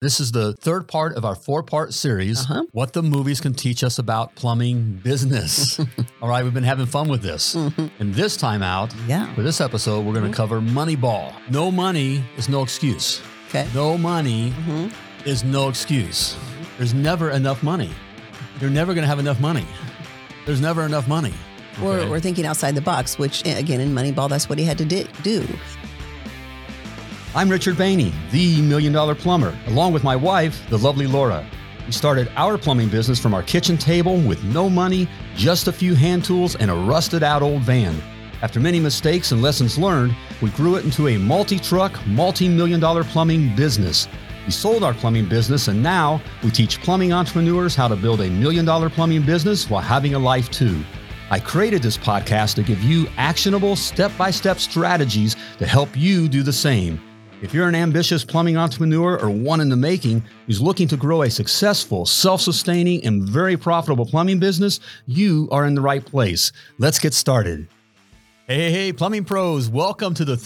This is the third part of our four part series Uh-huh. What the Movies Can Teach Us About Plumbing Business. All right, we've been having fun with this. And this time out, Mm-hmm. Yeah. Mm-hmm. for this episode, we're going to cover Moneyball. No money is no excuse. Okay. No money Mhm. is no excuse. There's never enough money. You're never going to have enough money. There's never enough money. We're, Okay? we're thinking outside the box, which eh, again in Moneyball, that's what he had to di- do. I'm Richard Bainey, the Million Dollar Plumber, along with my wife, the lovely Laura. We started our plumbing business from our kitchen table with no money, just a few hand tools, and a rusted out old van. After many mistakes and lessons learned, we grew it into a multi truck, multi million dollar plumbing business. We sold our plumbing business, and now we teach plumbing entrepreneurs how to build a million dollar plumbing business while having a life too. I created this podcast to give you actionable step by step strategies to help you do the same. If you're an ambitious plumbing entrepreneur or one in the making who's looking to grow a successful, self sustaining, and very profitable plumbing business, you are in the right place. Let's get started. Hey, hey, hey, plumbing pros, welcome to the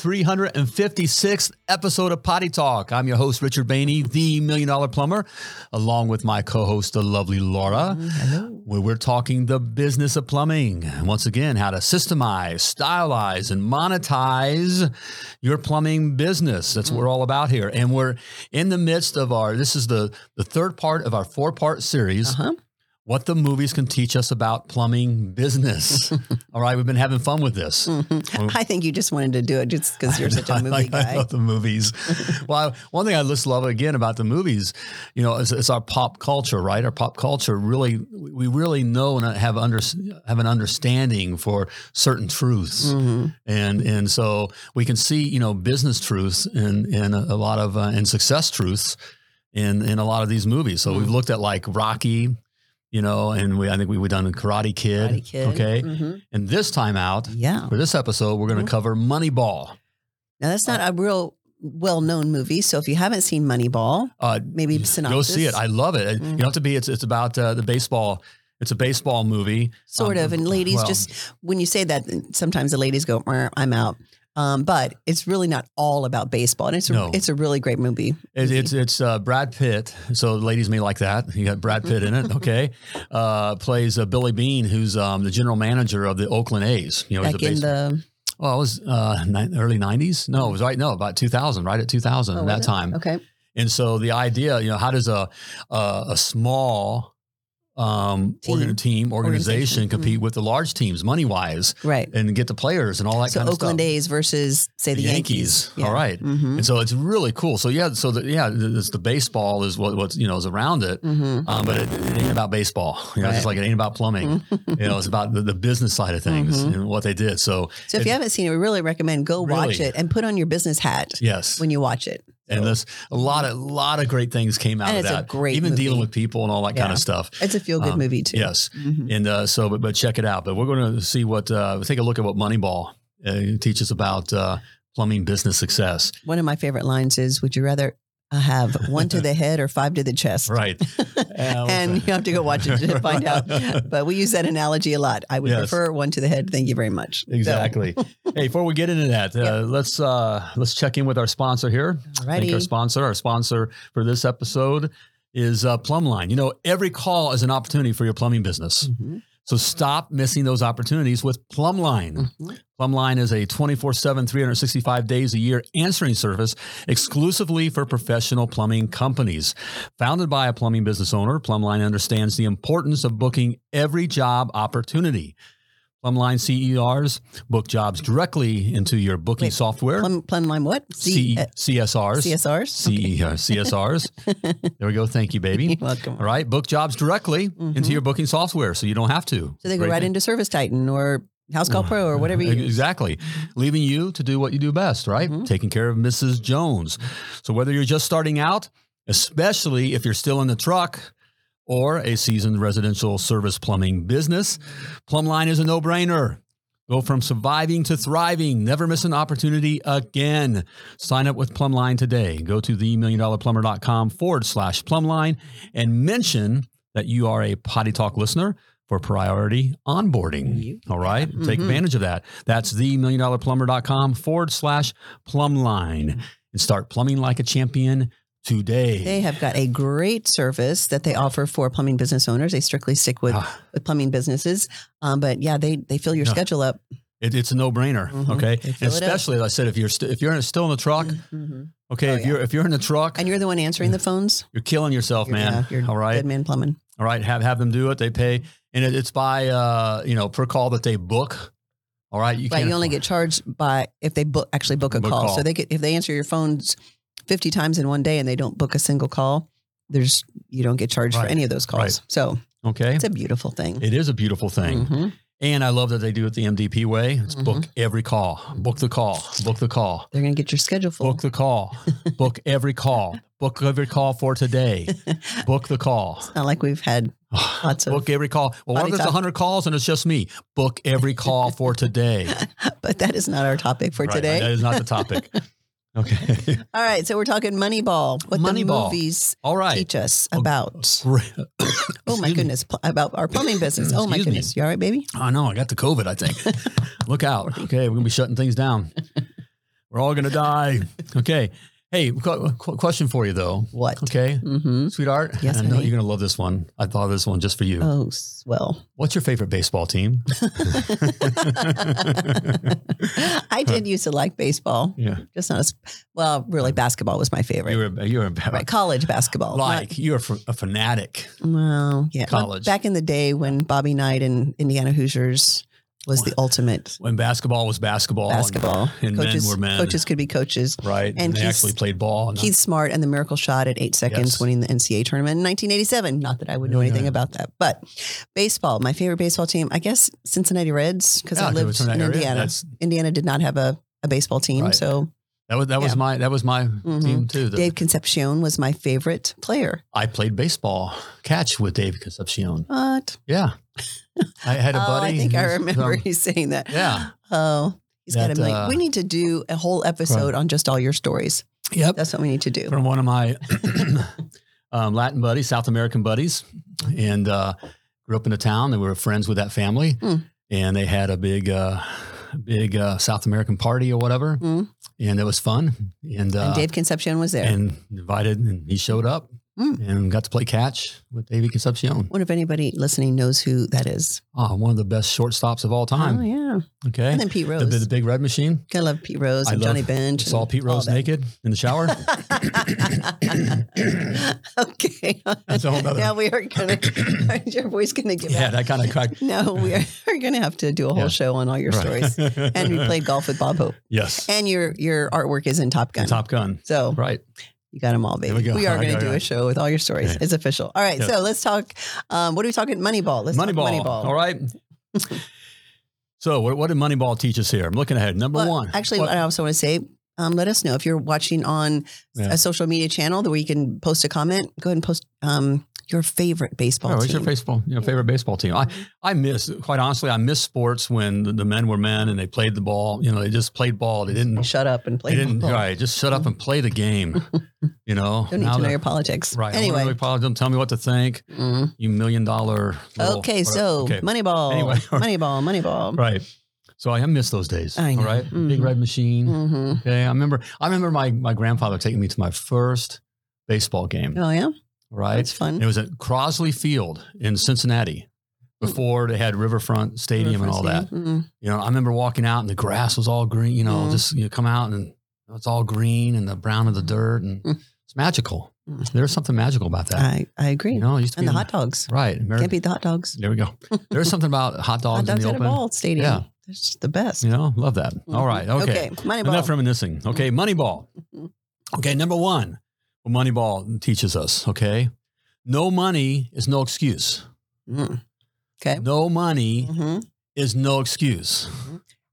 356th episode of Potty Talk. I'm your host, Richard Bainey, the Million Dollar Plumber, along with my co host, the lovely Laura, where we're talking the business of plumbing. And Once again, how to systemize, stylize, and monetize your plumbing business. That's what we're all about here. And we're in the midst of our, this is the, the third part of our four part series Uh-huh. what the movies can teach us about plumbing business. All right, we've been having fun with this. I think you just wanted to do it just because you're such a movie I, I guy. love the movies. well, I- one thing I just love again about the movies, you know, it's, it's our pop culture, right? Our pop culture really, we really know and have under have an understanding for certain truths, Mm. Mm-hmm. and and so we can see, you know, business truths and and a, a lot of uh, and success truths in in a lot of these movies. So we've Mm. looked at like Rocky. You know, and we I think we we done Karate Kid, Karate Kid. okay. Mhm. And this time out Yeah. for this episode, we're going to Mhm. cover Moneyball. Now that's not a real well-known movie, so if you haven't seen Moneyball, Uh, maybe Go synopsis. see it. I love it. You Mhm. don't have to be. It's it's about uh, the baseball. It's a baseball movie. sort Um, of. And ladies, well- just when you say that, sometimes the ladies go, "Mer, "I'm out." Um, but it's really not all about baseball, and it's a, No. it's a really great movie. It, it's it's uh, Brad Pitt. So ladies may like that. You got Brad Pitt in it. Okay, uh, plays uh, Billy Bean, who's um, the general manager of the Oakland A's. You know, he's Back a in base- the well, it was uh, ni- early '90s. No, it was right. No, about 2000. Right at 2000 Oh, was that it? time. okay, And so the idea, you know, how does a a, a small um, Team. organ- team organization, Organization. Mm. compete with the large teams money wise right. and get the players and all that So kind of Oakland stuff? A's versus say the, The Yankees. Yeah. All right. Mhm. And so it's really cool. So yeah, so the, yeah, it's the baseball is what what's you know is around it, Mhm. um, but it, it ain't about baseball. You know, it's just like it ain't about plumbing. Mm-hmm. you know, it's about the, the business side of things Mhm. and what they did. So So if you haven't seen it, we really recommend go watch Really. it and put on your business hat yes, when you watch it. and this a lot of lot of great things came out And of it's a that. great even movie. dealing with people and all that kind Yeah. of stuff. It's a feel good Um, movie too. Yes, Mhm. and uh, so but but check it out. But we're going to see what uh, take a look at what Moneyball uh, teaches about uh, plumbing business success. One of my favorite lines is, "Would you rather have one to the head or five to the chest?" Right. Uh, and you have to go watch it to find out. But we use that analogy a lot. I would Yes. prefer one to the head. Thank you very much. So, Exactly. hey, before we get into that, uh, Yeah. let's uh, let's check in with our sponsor here. Thank our Alrighty. sponsor. Our sponsor for this episode is uh, Plumline. You know, every call is an opportunity for your plumbing business. Mhm. So stop missing those opportunities with Plumline. Mhm. Plumline is a 24 7, 365 days a year answering service exclusively for professional plumbing companies. Founded by a plumbing business owner, Plumline understands the importance of booking every job opportunity. Plumline CERs E book jobs directly into your booking Wait, software. Plum, plum line what? C- E C- uh, CSRs. CSRs. CE, uh, CSRs. there we go. Thank you, You're baby. welcome. All right. Book jobs directly Mhm. into your booking software so you don't have to. So they go Great right thing. into Service Titan or House Call Pro or whatever you use. Exactly. Leaving you to do what you do best, right? Mhm. Taking care of Mrs. Jones. So whether you're just starting out, especially if you're still in the truck or a seasoned residential service plumbing business, Plumline is a no-brainer. Go from surviving to thriving. Never miss an opportunity again. Sign up with Plumline today. Go to themilliondollarplumber.com forward slash plumline and mention that you are a Potty Talk listener for priority onboarding. You- All right. Take Mhm. advantage of that. That's themilliondollarplumber.com forward slash plumline and start plumbing like a champion today. They have got a great service that they offer for plumbing business owners. They strictly stick with, Ah, with plumbing businesses. Um, but yeah, they, they fill your Yeah. scale up. it, it's a no brainer. Mhm. Okay, They fill and it up. especially as I said, if you're st- if you're in- still in the truck, Mhm. okay, Oh, if yeah. you're if you're in the truck, And you're the one answering the phones? you're killing yourself, You're- man. yeah, you're All right, Dead man plumbing. all right, have have them do it. They pay, and it, it's by uh you know per call that they book. All right, you right. can't You only get charged by if they book, actually book a Book call. call. So they could, if they answer your phones 50 times in one day and they don't book a single call, there's, you don't get charged Right. for any of those calls. So okay. it's a beautiful thing. It is a beautiful thing. Mhm. And I love that they do it the MDP way. It's Mhm. book every call, book the call, book the call, They're going to get your schedule full. book the call, book every call, book every call for today, book the call. Not like we've had Lots of book every call. Well, what body if it's talk. 100 calls and it's just me? Book every call for today. but that is not our topic for Right, today. That is not the topic. Okay. All right, so we're talking Moneyball. What Moneyball. the movies All right. teach us Oh, about? Great. Oh my Excuse me. goodness, pl- about our plumbing business. Oh my Excuse me. goodness, you all right, baby? I know. I got the COVID, I think. Look out. Okay. We're going to be shutting things down. We're all going to die. Okay. Hey, qu- qu- question for you, though. What? Okay. Mm-hmm. Sweetheart, Yes, I know honey. you're going to love this one. I thought of this one just for you. Oh swell. What's your favorite baseball team? I did used to like baseball, yeah. just not as well. Really, basketball was my favorite. You were, you were right, college basketball. like, you're a f- a fanatic. Not- well, yeah. College. back in the day when Bobby Knight and Indiana Hoosiers was the ultimate When basketball was basketball. and- basketball. and men were men. Coaches could be coaches. right. And, and they Keith- actually played ball. and- Keith Smart and the miracle shot at eight seconds, Yes. winning the NCAA tournament in 1987. Not that I would know Yeah, anything yeah. about that, but baseball, my favorite baseball team, I guess Cincinnati Reds, because Yeah, I 'cause lived it's in in, that area. Indiana. That's- Indiana did not have a, a baseball team. Right. So that was that was Yeah. my that was my Mhm. team too. The- Dave Concepcion was my favorite player. I played baseball catch with Dave Concepcion. What? Yeah, I had a Oh, buddy. I think I who's remember from- you saying that. yeah, Oh, he's got That, a million. uh, we need to do a whole episode on just all your stories. yep. That's what we need to do. from one of my um, Latin buddies, South American buddies, and uh, grew up in a town. They were friends with that family, Hmm. and they had a big, uh, big uh, South American party or whatever, Hmm. and it was fun. And uh, and Dave Concepcion was there. and invited, and he showed up Hmm. and got to play catch with Davey Concepcion. wonder if anybody listening knows who that is. Oh, one of the best shortstops of all Oh time. yeah. Okay, And then Pete Rose. the, the, the big red machine. I love Pete Rose I and love- Johnny Bench. Saw and Pete Rose all that. naked in the shower. okay. That's a whole nother- Now we are going to, your voice going to give yeah, out. that kind of cracked. No, we are, are going to have to do a whole Yeah. show on all your stories. And we played golf with Bob Hope. Yes. And your your artwork is in Top Gun. Top Gun. so Right. you got them all, baby. There we go. are I going to got do it. a show with all your stories. Okay. It's official. All right. Yes. So let's talk. Um, what are we talking? Moneyball. Let's talk Moneyball. Moneyball. All right. so, what, what did Moneyball teach us here? I'm looking ahead. Number Well, one. Actually, What- I also want to say, um, let us know if you're watching on Yeah. a social media channel that we can post a comment. Go ahead and post um, your favorite baseball Oh, what's team. your baseball, you know, favorite baseball team? I, I miss, quite honestly, I miss sports when the, the men were men and they played the ball. You know, they just played ball. They didn't, Shut up and play. they didn't, football. right. Just shut up and play the game. You know, Don't need Now to know the- your politics. right. Anyway, Anyway. don't tell me what to think. Mm. You million dollar. little- Okay. what- So okay. Moneyball. Anyway. Moneyball. Moneyball. right. So I miss those days. I know. All right? Big Mhm. red machine. hmm Okay, I remember. I remember my my grandfather taking me to my first baseball game. Oh yeah. Right, That's fun. it was at Crosley Field in Cincinnati Hmm. before they had Riverfront Stadium and all that. Mm. You know, I remember walking out and the grass was all green. You know, Mhm. just you come out and it's all green and the brown of the dirt and Mm. it's magical. Mm. There's something magical about that. I I agree. You know, it used to and be the hot dogs. right. Ameri- Can't beat the hot dogs. there we go. There's something about hot dogs, Hot dogs in at the a open. ball stadium. Yeah. That's just the best. You know, love that. All right. Mhm. okay. Moneyball. Enough reminiscing. Okay, Moneyball. Mhm. Okay, number one, what Moneyball teaches us. Okay, no money is no excuse. Mm. Okay. No money hmm is no excuse.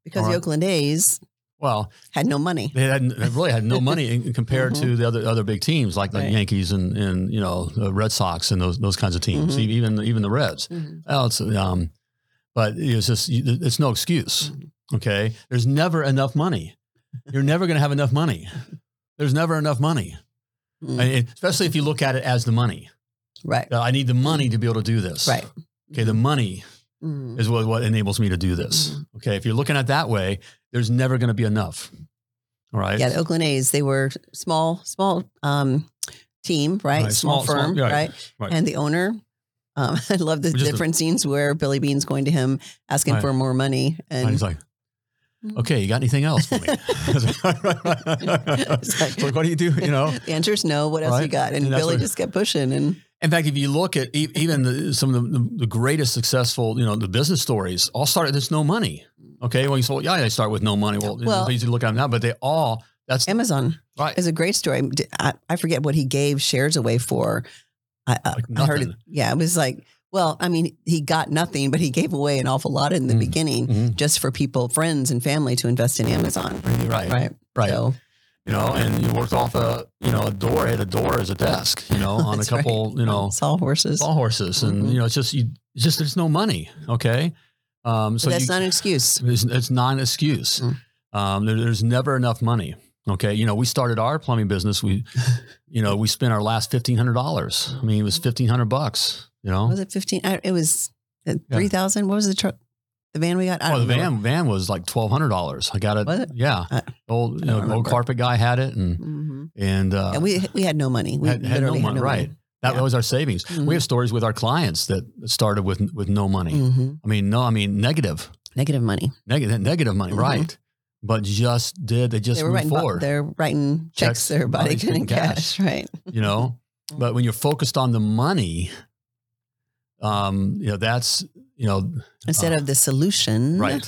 Because All right. the Oakland A's Well, had no money. they, had, they really had no money in- compared to the other other big teams like the Mm-hmm. Right. Yankees and and you know the Red Sox and those those kinds of teams. Mhm. Even even the Reds. Mhm. Well, it's, um, but it's just it's no excuse. Mhm. Okay, there's never enough money. You're never going to have enough money. There's never enough money, Mm. I- especially if you look at it as the money. Right. Uh, Mm-hmm. I need the money to be able to do this. Right. Okay, the money Mm. is what, what enables me to do this. Mm-hmm. Okay, if you're looking at it that way, there's never going to be enough. All right. Yeah, the Oakland A's, they were small, small um, team, right? Right, small- Small, small- firm, yeah, right? right. And the owner. Um, I love the Just the- different scenes where Billy Bean's going to him asking Right. for more money, And and he's like, okay, you got anything else for me? it's like- like, what do you do? You know, the answer's no. What else you Right. got? And, And that's Billy what- just kept pushing, and in fact, if you look at e- even the, some of the, the greatest successful, you know, the business stories all start at this no money. Okay. Well, you say, well, yeah, they start with no money. Well, Well- it's easy to look at them now, but they all, that's Amazon right. is a great story. D- I, I forget what he gave shares away for. I, I, Like I heard it. nothing. Yeah, it was like, well, I mean, he got nothing, but he gave away an awful lot in the Mm. beginning Mhm. just for people, friends, and family to invest in Amazon. Right. Right. Right. So, You know, and you worked off a, you know, a door at a door as a desk, you know, on a That's right. couple, you know, saw horses. ball horses. And, Mhm. you know, it's just, you it's just, there's no money. Okay. Um, But so that's you, not an excuse. It's, it's not an excuse. Mm. Um, there- there's never enough money. Okay, you know, we started our plumbing business. We, you know, we spent our last fifteen hundred dollars. I mean, it was fifteen hundred bucks. You know, Was it 15? I, it was uh, Yeah. 3,000. What was the truck? The van we got? I oh, the don't remember. van van was like twelve hundred dollars. I got it. Was it? Yeah, I- old you don't know, old remember. carpet guy had it, and Mhm. and, uh, and we, we had no money. We had, had no literally money. right. That Yeah. was our savings. Mhm. We have stories with our clients that started with with no money. Mhm. I mean, no, I mean negative, Negative money. negative, negative money, Mhm. right? But just did they just they were moved writing, bo- forward? they're writing Checks, checks, they're body bodies, getting and cash. cash. right? you know Mm-hmm. but when you're focused on the money um you know that's you know Instead of the solution, right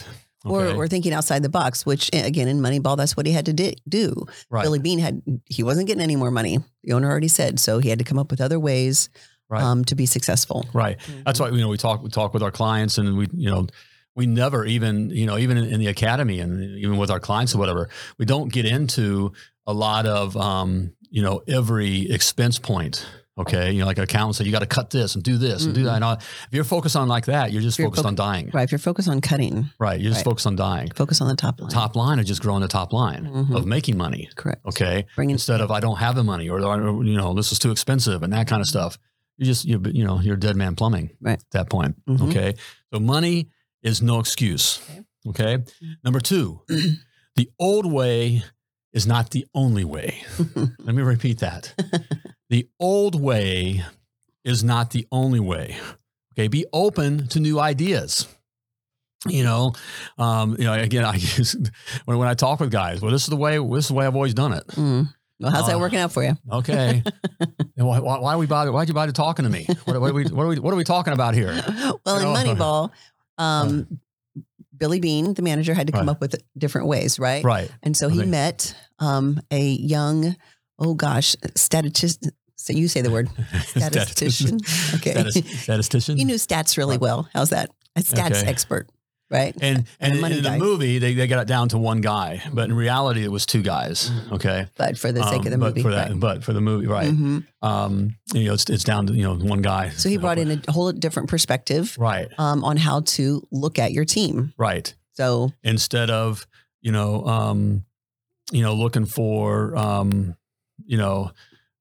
Mm-hmm. Or, Okay. or thinking outside the box, which eh, again in Moneyball, that's what he had to di- do. right Billy Bean had he wasn't getting any more money. The owner already said so. He had to come up with other ways Right. um, to be successful. right that's why you know we talk we talk with our clients and we you know we never even you know even in, in the academy and even with our clients or whatever we don't get into a lot of um you know every expense point okay you know like accountants say you got to cut this and do this and do that and all. if you're focused on like that you're just If Mm-hmm. you're focused on dying right, Right. If you're focused on cutting, you're just Right. focused on dying focus on the top line. top line is just growing the top line Mhm. of making money Correct. okay Bringing instead of I don't have the money or or, you know this is too expensive and that kind of stuff. You just you you know you're dead man plumbing Mm-hmm. Right. at that point. Mhm. Okay, so money is no excuse. Okay, Mm-hmm. number two, the old way is not the only way. Let me repeat that. the old way is not the only way. Okay, be open to new ideas. You know, um, you know. Again, I use when, when I talk with guys. Well, this is the way. This is the way I've always done it. Mm. Well, how's Uh, that working out for you? Okay. and why, why, why are we bother? Why'd you bother talking to me? What, what, are we, what, are we, what are we talking about here? well, in know, Moneyball, um, Billy Bean, the manager, had to come Uh. Right. up with different ways, right? Right. And so I he think- met um, a young, oh gosh, statistician. So you say the word statistician. Okay. Statis- statistician. He knew stats really Right. well. How's that? A stats Okay. expert, right? and and, and a money in the guy. movie, they, they got it down to one guy, but in reality, it was two guys. Mhm. Okay. But for the sake Um, of the but movie, For that, right. But for the movie, right. Mhm. Um, you know, it's, it's down to, you know, one guy. So he brought in a whole different perspective Right. um, on how to look at your team. Right. So Instead of, you know, um, you know, looking for, um, you know,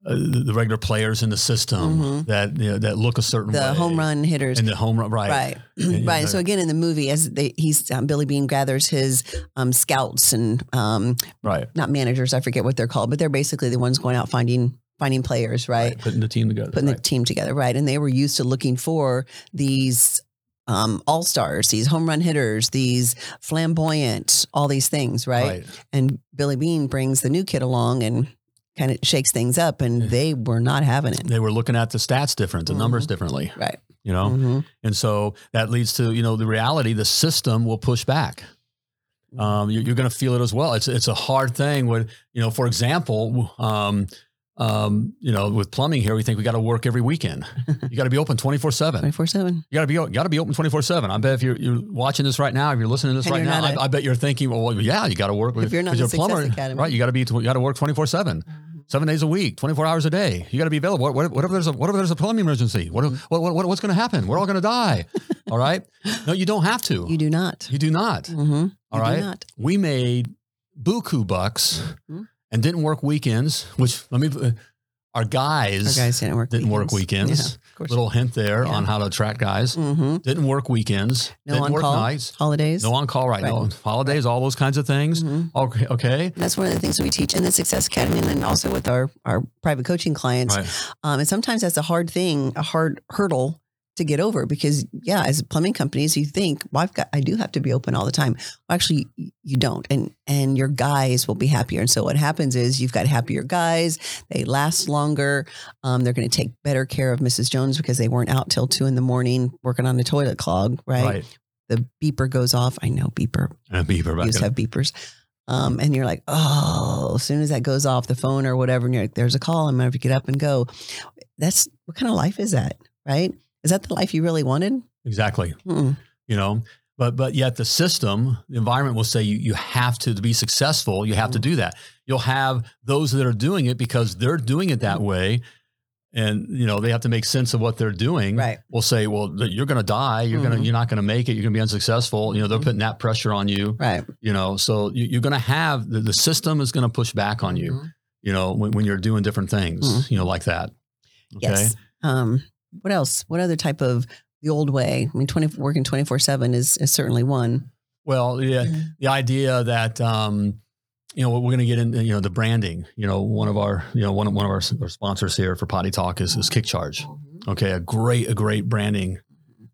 uh, the the regular players in the system Mhm. that you know, that look a certain way. the home run hitters, and the home run, right? right, yeah, right. So right. again, in the movie, as they, he's um, Billy Bean gathers his um, scouts and um, Right. not managers, I forget what they're called, but they're basically the ones going out finding finding players, right? Putting the team together. putting the right. team together, right? And they were used to looking for these um, all stars, these home run hitters, these flamboyant, all these things, right? And Billy Bean brings the new kid along and kind of shakes things up, and Yeah. they were not having it, They were looking at the stats different, the numbers Mm-hmm. differently, right? you know? Mhm. And so that leads to, you know, the reality, the system will push back. Um, you, you're going to feel it as well. It's, it's a hard thing when, you know, for example, um, um, you know, with plumbing here, we think we got to work every weekend. You got to be open 24 seven. 24 7. You gotta be gotta be open twenty four seven. I bet if you're you're watching this right now, if you're listening to this And right you're now, not I I bet you're thinking, well, well, yeah, you gotta work. If you're not because in Success Academy. right? You gotta be you gotta work twenty four seven, seven days a week, twenty four hours a day. You gotta be available. What, what, what if there's a what if there's a plumbing emergency? What, Mm-hmm. if- what, what what's gonna happen? We're all gonna die. all right? No, you don't have to. You do not. You do not. Mm-hmm. All you right? Do not. We made buku bucks Mhm. and didn't work weekends, which let me. uh, Our guys, Our guys didn't work. didn't work Yeah, weekends. of course. Little hint there Yeah. on how to attract guys. mm-hmm. Didn't work weekends. No didn't on work call? nights. Holidays. No on call right, Right. now. Holidays, all those kinds of things. Mhm. Okay. okay. That's one of the things that we teach in the Success Academy and then also with our, our private coaching clients. Right. Um, and sometimes that's a hard thing, a hard hurdle to get over because, yeah, as plumbing companies, you think, well, I've got, I do have to be open all the time. Well, actually, y- you don't. And, and your guys will be happier. And so what happens is you've got happier guys. They last longer. Um, they're going to take better care of Mrs. Jones because they weren't out till two in the morning working on a toilet clog, right? Right. The beeper goes off. I know beeper And Beaver back used to in- have beepers. Um, and you're like, oh, as soon as that goes off the phone or whatever, and you're like, there's a call, I'm gonna have to get up and go. That's what kind of life is that, right? Is that the life you really wanted? Exactly. Mm-mm. You know, but but yet the system, the environment will say you you have to be successful. You have to Mm-hmm. do that. You'll have those that are doing it because they're doing it Mm-hmm. that way, and you know they have to make sense of what they're doing. Right. Will say, well, th- you're going to die. You're going Mhm. to you're not going to make it. You're going to be unsuccessful. You know, they're Mhm. putting that pressure on you. Right. You know, so you, you're going to have the, the system is going to push back on you. Mm-hmm. You know, when, when you're doing different things. Mhm. You know, like that. Yes. Um, what else? What other type of the old way? I mean, 20, working 24 seven is, is certainly one. Well, yeah, Mm-hmm. the idea that um, you know we're going to get in you know the branding you know one of our you know one of one of our, our sponsors here for potty talk is, is kick charge Mm-hmm. okay a great a great branding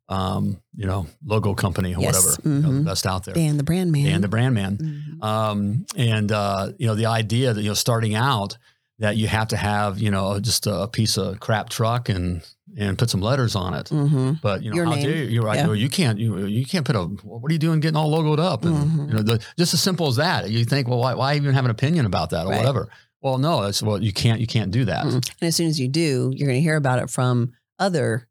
um, you know logo company or Yes, whatever you know, the mhm. best out there Dan, the brand man. and the brand man Mhm. um, and uh, you know the idea that you know starting out that you have to have you know just a piece of crap truck and and put some letters on it Mhm. but you know, Your how name. dare you? You're right. Yeah. Well, you can't. You, you can't put a. What are you doing, getting all logoed up? And Mhm. you know, the, just as simple as that. You think, well, why, why even have an opinion about that or Right. whatever? Well, no, it's well, you can't. You can't do that. Mm-mm. Mm-hmm. And as soon as you do, you're going to hear about it from other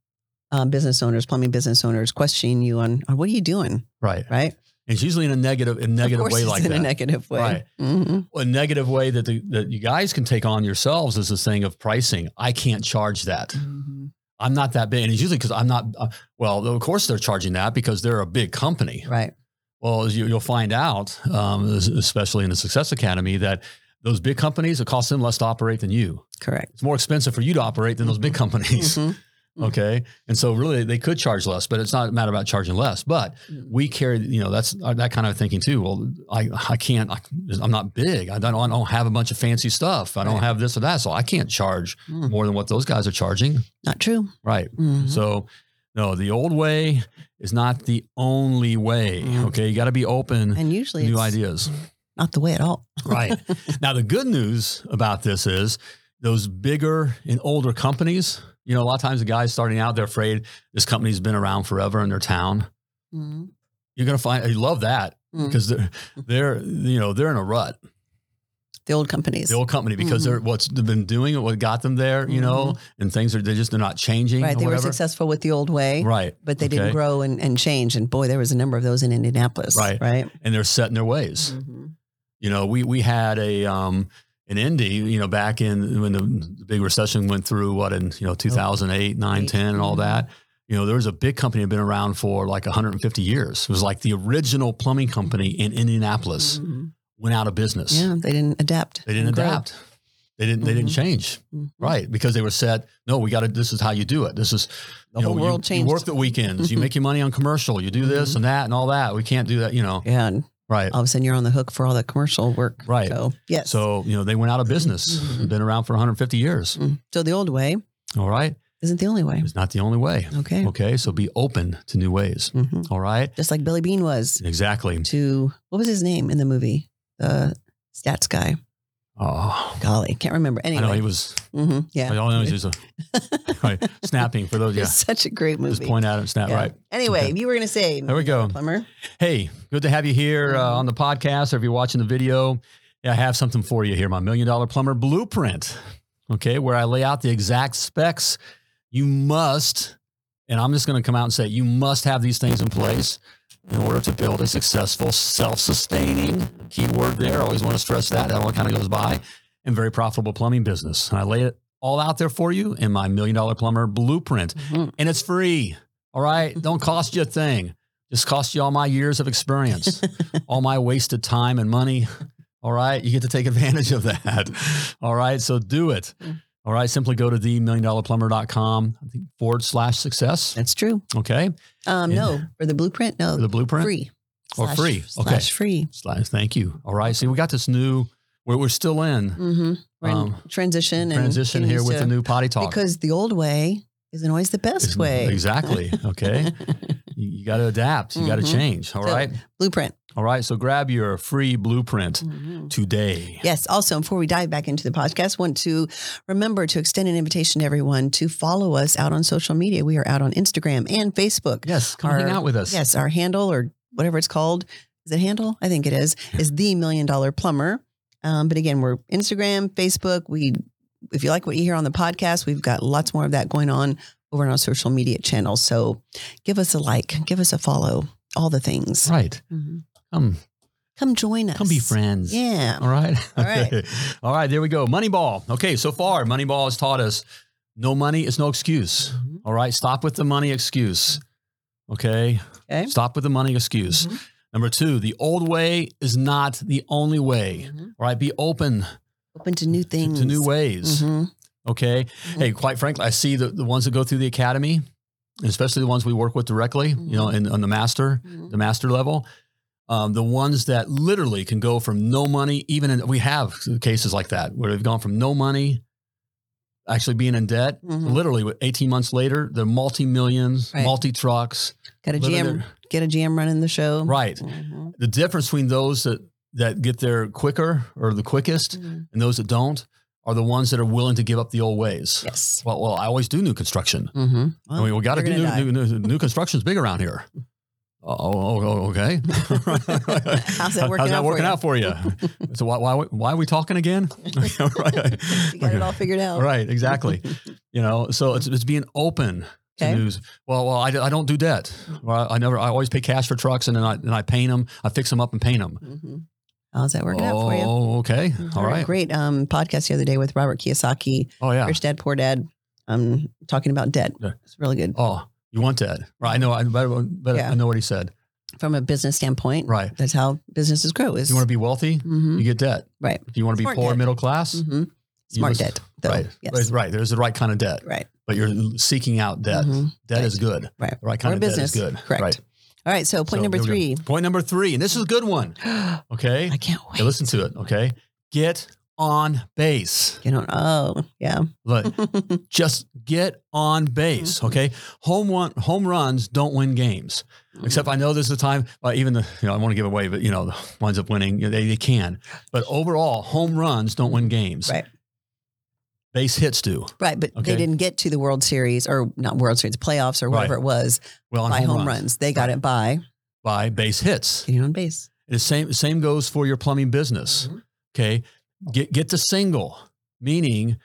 um, business owners, plumbing business owners, questioning you on, on what are you doing, Right. right? It's usually in a negative, in a Of negative course way it's like in that. a negative way. Right. hmm a negative way that the, that you guys can take on yourselves is this thing of pricing. I can't charge that. I'm not that big, and it's usually because I'm not. Uh, well, of course they're charging that because they're a big company. Right. Well, as you, you'll find out, um, es- especially in the Success Academy, that those big companies it costs them less to operate than you. Correct. It's more expensive for you to operate than those big companies. Mhm. Mhm. Okay, and so really they could charge less, but it's not a matter about charging less. But we carry, you know, that's uh, that kind of thinking too. Well, I I can't. I, I'm not big. I don't I don't have a bunch of fancy stuff. I don't Right. have this or that, so I can't charge Mm. more than what those guys are charging. Not true. Right. Mhm. So, no, the old way is not the only way. Mhm. Okay. You got to be open and to usually new it's ideas. not the way at all. right. Now, the good news about this is those bigger and older companies, you know, a lot of times the guys starting out, they're afraid this company's been around forever in their town. Mhm. You're going to find, you love that Mhm. because they're, they're, you know, they're in a rut, The old companies. the old company, because they're Mm-hmm. what's they've been doing, what got them there, you know, and things are, they just, they're not changing. right. or They were whatever. successful with the old way, Right. but they didn't Okay. grow and, and change. And boy, there was a number of those in Indianapolis. Right. Right. And they're set in their ways. Mhm. You know, we we had a um an Indy, you know, back in when the, the big recession went through, what in you know 2008, 9, Oh, Eight. 10 and all Mhm. that. You know, there was a big company that had been around for like 150 years. It was like the original plumbing company in Indianapolis Mhm. went out of business. Yeah. They didn't adapt. They didn't and grow. adapt. They didn't. They didn't Mhm. change, Mhm. right? Because they were set. No, we got to. This is how you do it. This is The you know, whole you- world changed. Mm-hmm. You work the weekends. you make your money on commercial. You do this Mhm. and that and all that. We can't do that. You know, Yeah. And right? all of a sudden you're on the hook for all that commercial work. Right. So, yes. So, you know, they went out of business, Mhm. been around for 150 years. Mm. so the old way All right. isn't the only way. It's not the only way. Okay. Okay. So be open to new ways. hmm All right. Just like Billy Bean was Exactly. to, what was his name in the movie? The stats guy. Oh, Golly, can't remember. Anyway. I know he was, hmm Yeah. I know he was just a, right, snapping for those. Yeah. It's such a great movie. Just point at him, snap. Yeah. Right. Anyway, Okay. you were going to say, There we go. plumber. Hey, good to have you here uh, on the podcast or if you're watching the video. I have something for you here my million dollar plumber blueprint. Okay. Where I lay out the exact specs you must, and I'm just going to come out and say, you must have these things in place in order to build a successful, self sustaining keyword there. I always want to stress that. That one kind of goes by and very profitable plumbing business. And I lay it all out there for you in my million dollar plumber blueprint Mm-hmm. and it's free. All right. Don't cost you a thing. Just cost you all my years of experience, all my wasted Mm. time and money. All right. You get to take advantage of that. All right. So do it. All right, simply go to themilliondollarplumber.com I think forward slash success. That's true. Okay. Um, And- no, for the blueprint, no, For the blueprint. free Or Slash- free. Okay. slash free. Slash, thank you. All right. See, we got this new, we're, we're still in Mm-hmm. We're in Um, transition Mm, and transition here continues with the to- new potty talk. because the old way isn't always the best way. Exactly. Okay. you you got to adapt. You got to Mhm. change. All So- right. Blueprint. All right. So grab your free blueprint today. Yes. Also, before we dive back into the podcast, want to remember to extend an invitation to everyone to follow us out on social media. We are out on Instagram and Facebook. Yes. Come hang Our- out with us. Yes, our handle or whatever it's called is it handle? I think it is. Is the Million Dollar Plumber. Um, but again, we're Instagram, Facebook. We, if you like what you hear on the podcast, we've got lots more of that going on over on our social media channels. So give us a like, give us a follow, all the things. Right. Mhm. Come, Come join us. Mm-hmm. come be friends. Yeah. All right. All right. Okay. All right. There we go. Moneyball. Okay. So far, Moneyball has taught us no money is no excuse. Mhm. All right. Stop with the money excuse. Okay. Okay. Stop with the money excuse. Mhm. Number two, the old way is not the only way. Mhm. All right. Be open Open to new to, things. to new ways. Mhm. Okay. Hey, quite frankly, I see the, the ones that go through the academy, especially the ones we work with directly, you know, in, on the master, Mhm. the master level. Um, the ones that literally can go from no money, even in, we have cases like that where they've gone from no money, actually being in debt, Mhm. literally with 18 months later, they're multi millions, Right. multi trucks. Got a jam. Get a jam running the show. Right. Mhm. The difference between those that, that get there quicker or the quickest Mhm. and those that don't are the ones that are willing to give up the old ways. Yes. Well, well, I always do new construction. Mm-hmm. I mean, we got to you're do gonna new, new, new, new construction's big around here. Oh, oh, oh, okay. How's that working How's that out for working you? out for you? so why, why, why are we talking again? right. you got it all figured out. Right, exactly. you know, so it's, it's being open to Okay. news. Well, well, I, I don't do debt. Well, I never, I always pay cash for trucks and then I, and I paint them, I fix them up and paint them. Mm-hmm. How's that working out for you? Oh, okay. Mhm. All right. Great um, podcast the other day with Robert Kiyosaki, Oh, yeah. Rich Dad Poor Dad, um, talking about debt. Yeah. It's really good Oh, you want that. Right. I know, I, but, but Yeah. I know what he said. from a business standpoint. Right. That's how businesses grow. Is You want to be wealthy? hmm You get debt. Right. If you want to be Smart poor, debt. middle class, hmm you smart must- debt. Though. Right. Yes. Right. There's the right kind of debt, Right. but you're seeking out debt. Mhm. Debt is good. Right. The right kind Or of business. debt is good. Correct. Right. All right. So point So number here we three. go. Point number three. And this is a good one. I Okay. can't wait. Hey, listen to it. Okay. Get on base. You don't. Oh, yeah. Look, just get on base. Mm-hmm. Okay. Home run, home runs don't win games. Mm-hmm. Except I know there's a time, uh, even the, you know, I want to give away, but you know, winds up winning, you know, they, they can. But overall, home runs don't win games. Right. Base hits do. Right, but Okay. they didn't get to the World Series or not World Series playoffs or whatever Right. it was Well, on by home, runs. runs. They got it by by base hits. getting on base. The same same goes for your plumbing business. Mhm. Okay, get get the single, meaning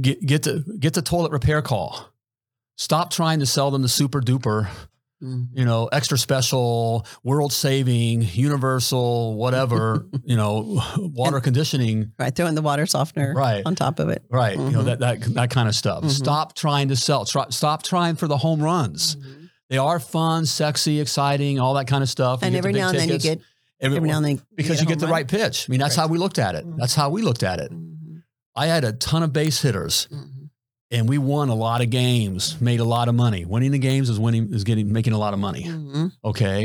get get the get the toilet repair call. Stop trying to sell them the super duper, Mm-hmm. you know, extra special, world saving, universal, whatever, you know, water conditioning. Right, throwing the water softener Right. on top of it. Right, you know Mhm. that that that kind of stuff. Mhm. Stop trying to sell. Try, stop trying for the home runs. They are fun, sexy, exciting, all that kind of stuff. You And get the every big now and then you tickets. get Every- every now and then because you get the right pitch. I mean, that's Correct. how we looked at it. That's how we looked at it. I had a ton of base hitters, Mm-hmm. and we won a lot of games, made a lot of money. Winning the games is winning is getting making a lot of money. Okay,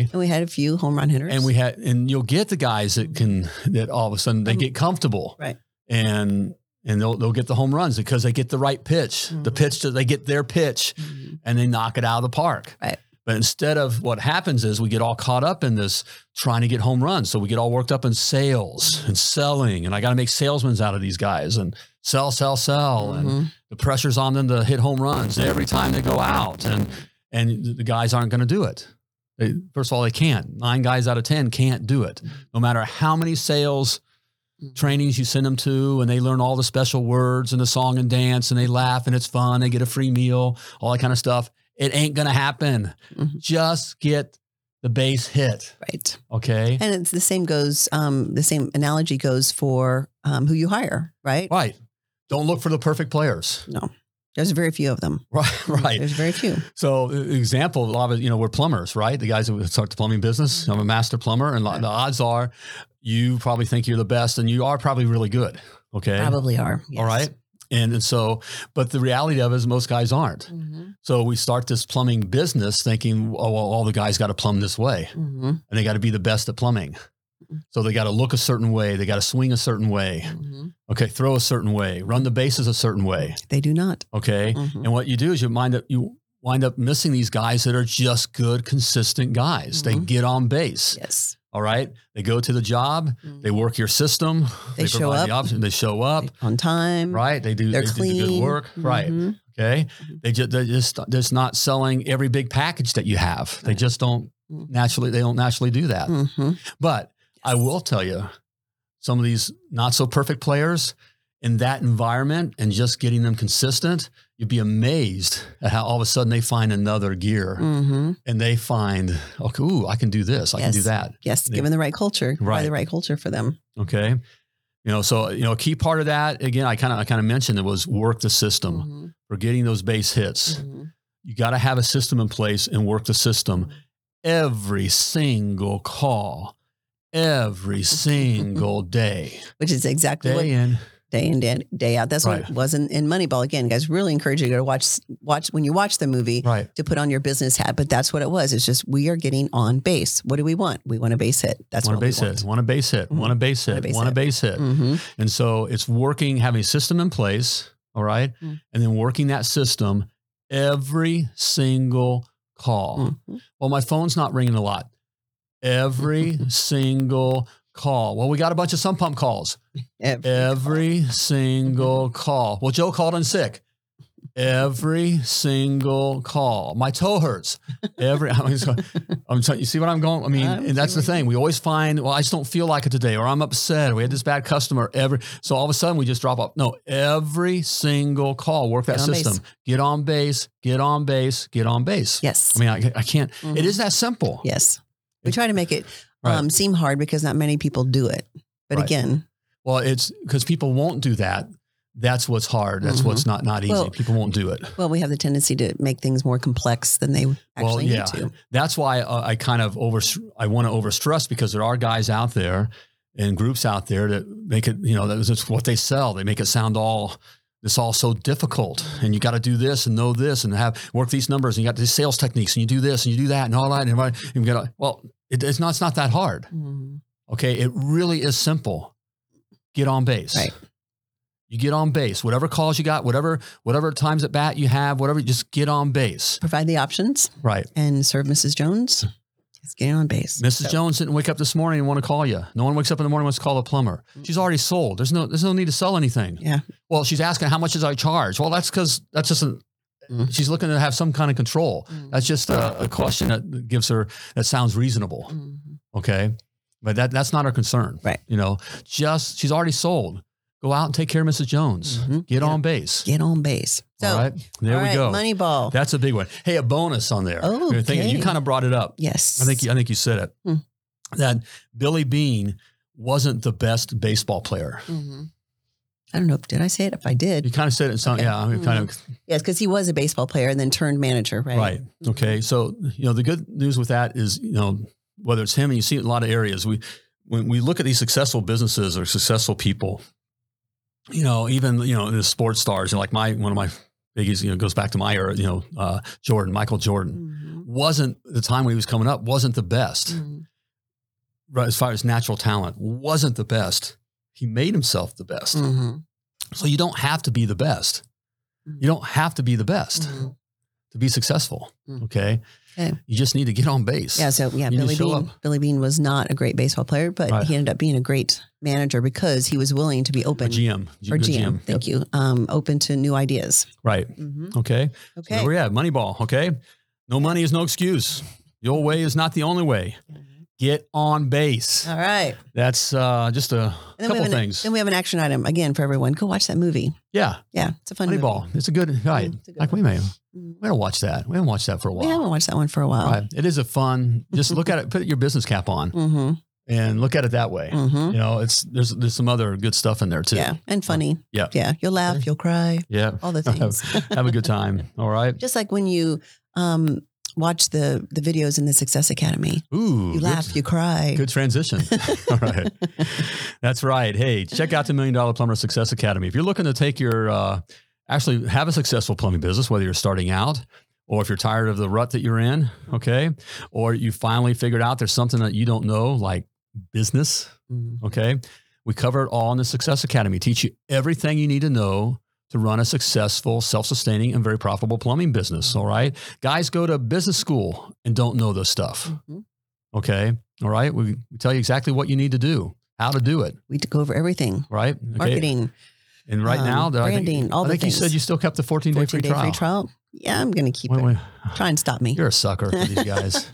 Mm-hmm. And we had a few home run hitters. and we had and you'll get the guys that can that all of a sudden they Um, get comfortable, right. And and they'll they'll get the home runs because they get the right pitch, the Mhm. pitch that they get their pitch, Mhm. and they knock it out of the park. Right. But instead of what happens is we get all caught up in this trying to get home runs. So we get all worked up in sales and selling. And I got to make salesmen out of these guys and sell, sell, sell. And Mhm. the pressure's on them to hit home runs every time they go out. And, and the guys aren't going to do it. They, first of all, they can't. Nine guys out of 10 can't do it. No matter how many sales trainings you send them to and they learn all the special words and the song and dance and they laugh and it's fun. They get a free meal, all that kind of stuff. It ain't going to happen Mhm. just get the base hit. Right. Okay. And it's the same goes, um, the same analogy goes for um, who you hire, right? Right. Don't look for the perfect players. There's very few of them. Right. Right. There's very few. So uh, example, a lot of, you know, we're plumbers, right? The guys that start the plumbing business. I'm a master plumber and lo- the odds are you probably think you're the best and you are probably really good. Okay. Probably are. All right. And, and so, but the reality of it is most guys aren't. Mm-hmm. So we start this plumbing business thinking, oh, well, all the guys got to plumb this way Mm-hmm. and they got to be the best at plumbing. So they got to look a certain way. They got to swing a certain way. Mm-hmm. Okay. Throw a certain way, run the bases a certain way. They do not. Okay. Mhm. And what you do is you wind up, you wind up missing these guys that are just good, consistent guys. They Mhm. get on base. Yes. All right. They go to the job. Mm-hmm. They work your system. They show provide up. The option. They show up. on time. Right. They do. They're they clean. do the good work. Right. Mhm. Okay. Mhm. They just they're just just not selling every big package that you have. They Right. just don't Mhm. naturally they don't naturally do that. Mhm. But I will tell you, some of these not so perfect players in that environment and just getting them consistent, you'd be amazed at how all of a sudden they find another gear Mhm. and they find, okay, ooh, I can do this, I can do Yes. that. Yes. They- Given the right culture. Right. Right. The right culture for them. Okay. You know, so you know, a key part of that, again, I kind of I kind of mentioned it was work the system Mhm. for getting those base hits. Mhm. You got to have a system in place and work the Mm-hmm. system every single call, every single day, Which is exactly what day in. day in day, day out. That's what Right. it was in, in Moneyball. Again, guys, really encourage you to go to watch watch when you watch the movie Right. to put on your business hat. But that's what it was. It's just we are getting on base. What do we want? We want a base hit. That's want a what we base hit, want. want a base hit, Mhm. want a base hit, base want a hit. base hit. hmm And so it's working, having a system in place, all right, Mm. and then working that system every single call. Mm. Mm-hmm. Well, my phone's not ringing a lot. Every single call. Well, we got a bunch of sun pump calls. Every single call. Well, Joe called in sick. Every single call. My toe hurts. Every I'm, just going, I'm telling you, see what I'm going. I mean, I'm and that's the feeling thing. We always find, well, I just don't feel like it today, or I'm upset. Or we had this bad customer. Every so all of a sudden we just drop off. No, every single call. Work that Get on base. system. Get on base. Get on base. Get on base. yes. I mean, I, I can't. Mhm. It is that simple. Yes. We try to make it Right. um, seem hard because not many people do it. But Right. again, Well, it's because people won't do that. That's what's hard. That's Mhm. what's not not easy. Well- people won't do it. well, we have the tendency to make things more complex than they actually Well, yeah. need to. That's why uh, I kind of over I want to overstress because there are guys out there and groups out there that make it. You know, that's just what they sell. They make it sound all. It's all so difficult, and you got to do this and know this, and have work these numbers, and you got these sales techniques, and you do this, and you do that, and all that, and everybody, and you got to, well, it, it's not, it's not that hard. Mhm. Okay, it really is simple. Get on base. Right. You get on base. Whatever calls you got, whatever whatever times at bat you have, whatever, just get on base. Provide the options Right. and serve Mrs. Jones. It's getting on base. Mrs. Jones didn't wake up this morning and want to call you. No one wakes up in the morning and wants to call a plumber. She's already sold. There's no there's no need to sell anything. Yeah. Well, she's asking how much does I charge? Well, that's because that's just a, Mm. she's looking to have some kind of control. Mm. That's just a, a question that gives her that sounds reasonable. Mhm. Okay. But that that's not our concern. Right. You know, just she's already sold. Go out and take care of Mrs. Jones. Mhm. Get Yeah. on base. Get on base. So, all right. There all we right, go. Moneyball. That's a big one. Hey, a bonus on there. Oh, You're thinking- you okay. kind of brought it up. yes. I think you- I think you said it. Hmm. That Billy Bean wasn't the best baseball player. Mhm. I don't know. Did I say it? If I did, You kind of said it in some Okay. Mm-hmm. yeah, I mean, kind of yes, because he was a baseball player and then turned manager, right? Right. Okay. So, you know, the good news with that is, you know, whether it's him and you see it in a lot of areas, we, when we look at these successful businesses or successful people, you know, even, you know, the sports stars, you know, like my, one of my biggies, you know, goes back to my era, you know, uh, Jordan, Michael Jordan Mhm. wasn't the time when he was coming up, wasn't the best Mhm. right, as far as natural talent, wasn't the best. He made himself the best. Mhm. So you don't have to be the best. Mm. You don't have to be the best Mhm. to be successful. Mm. Okay. Okay. You just need to get on base. Yeah. So yeah, You Billy just show Bean. Billy Bean was not a great baseball player, but Right. he ended up being a great manager because he was willing to be Or open GM. or GM. Thank you. Um, open to new ideas. Right. Mm-hmm. Okay. So Okay. there we have Moneyball. Okay. No money is no excuse. Your way is not the only way. Mm-hmm. Get on base. All right. That's uh, just a And then we couple have an, things. Then we have an action item again for everyone. Go watch that movie. yeah. Yeah, it's a fun movie. Mm-hmm. Moneyball. It's a good right. it's a good like we may we Mhm. gotta watch that. We haven't watched that for a We while. haven't watched that one for a while. Right. It is a fun. Just look at it. Put your business cap on Mm-hmm. and look at it that way. Mm-hmm. You know, it's there's there's some other good stuff in there too. Yeah, and funny. Yeah. yeah. You'll laugh, you'll cry, Yeah. all the things. Have a good time. All right. Just like when you um, watch the the videos in the Success Academy. Ooh, You good- laugh, you cry. Good transition. All right. That's right. Hey, check out the Million Dollar Plumber Success Academy. If you're looking to take your, uh, actually have a successful plumbing business, whether you're starting out or if you're tired of the rut that you're in, okay, or you finally figured out there's something that you don't know, like business, Mm. okay, we cover it all in the Success Academy, teach you everything you need to know. To run a successful, self sustaining, and very profitable plumbing business. All right. Guys go to business school and don't know this stuff. Mhm. Okay. All right. We, we tell you exactly what you need to do, how to do it. We go over everything. Right. Okay. Marketing, And right um, now, though, I branding, think, all I the think you said things. you still kept the 14 day 14 free day trial. free trial. Yeah, I'm going to keep Wait, it. wait. Try and stop me. You're a sucker for these guys.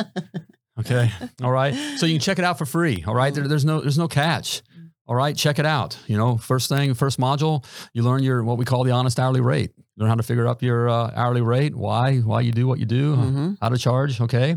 okay. All right. So you can check it out for free. All right. There, there's no there's no catch. All right. Check it out. You know, first thing, first module, you learn your what we call the honest hourly rate. Learn how to figure up your uh, hourly rate, why why you do what you do, Mhm. how to charge. Okay.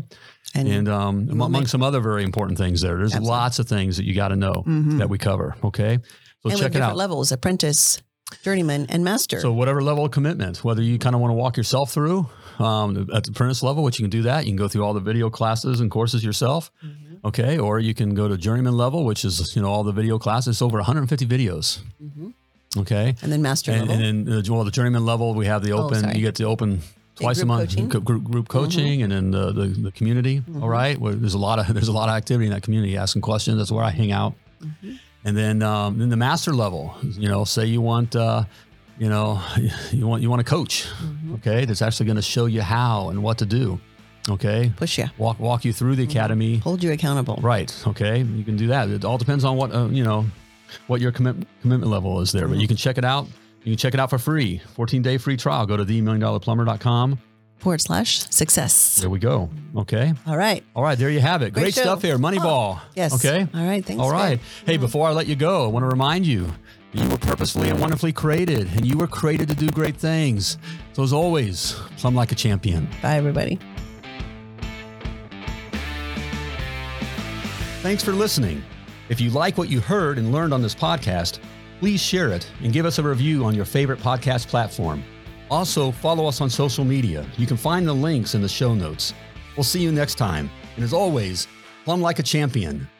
And, uh, And um, will among make- some other very important things there. There's Absolutely. lots of things that you got to know Mhm. that we cover. Okay. So and with check it different out. levels, apprentice, journeyman, and master. So whatever level of commitment, whether you kind of want to walk yourself through um, at the apprentice level, which you can do that, you can go through all the video classes and courses yourself, Mhm. okay, or you can go to journeyman level, which is you know all the video classes, over 150 videos, Mhm. okay, And then master and, level. and then uh, well the journeyman level we have the Oh, open, sorry. you get the open twice a group month coaching. Mm-hmm. gr- group, group coaching, and then the the, the community, all Mhm. right, where there's a lot of there's a lot of activity in that community, asking questions, that's where I hang out. Mhm. And then um, then the master level, you know, say you want uh, you know you want you want a coach, Mhm. okay, that's actually going to show you how and what to do, okay. Push you, Walk walk you through Mm-hmm. the academy, hold you accountable. right? Okay, you can do that. It all depends on what uh, you know, what your commit, commitment level is there. But you can check it out. You can check it out for free. 14 day free trial. Go to themilliondollarplumber.com. Forward slash success. There we go. Okay. All right. All right. There you have it. Great, Great show. Oh, stuff here. Moneyball. Yes. Okay. All right. Thanks. All Ben. right. Hey, before I let you go, I want to remind you you were purposefully and wonderfully created, and you were created to do great things. So, as always, plumb like a champion. Bye, everybody. Thanks for listening. If you like what you heard and learned on this podcast, please share it and give us a review on your favorite podcast platform. Also, follow us on social media. You can find the links in the show notes. We'll see you next time. And as always, plumb like a champion.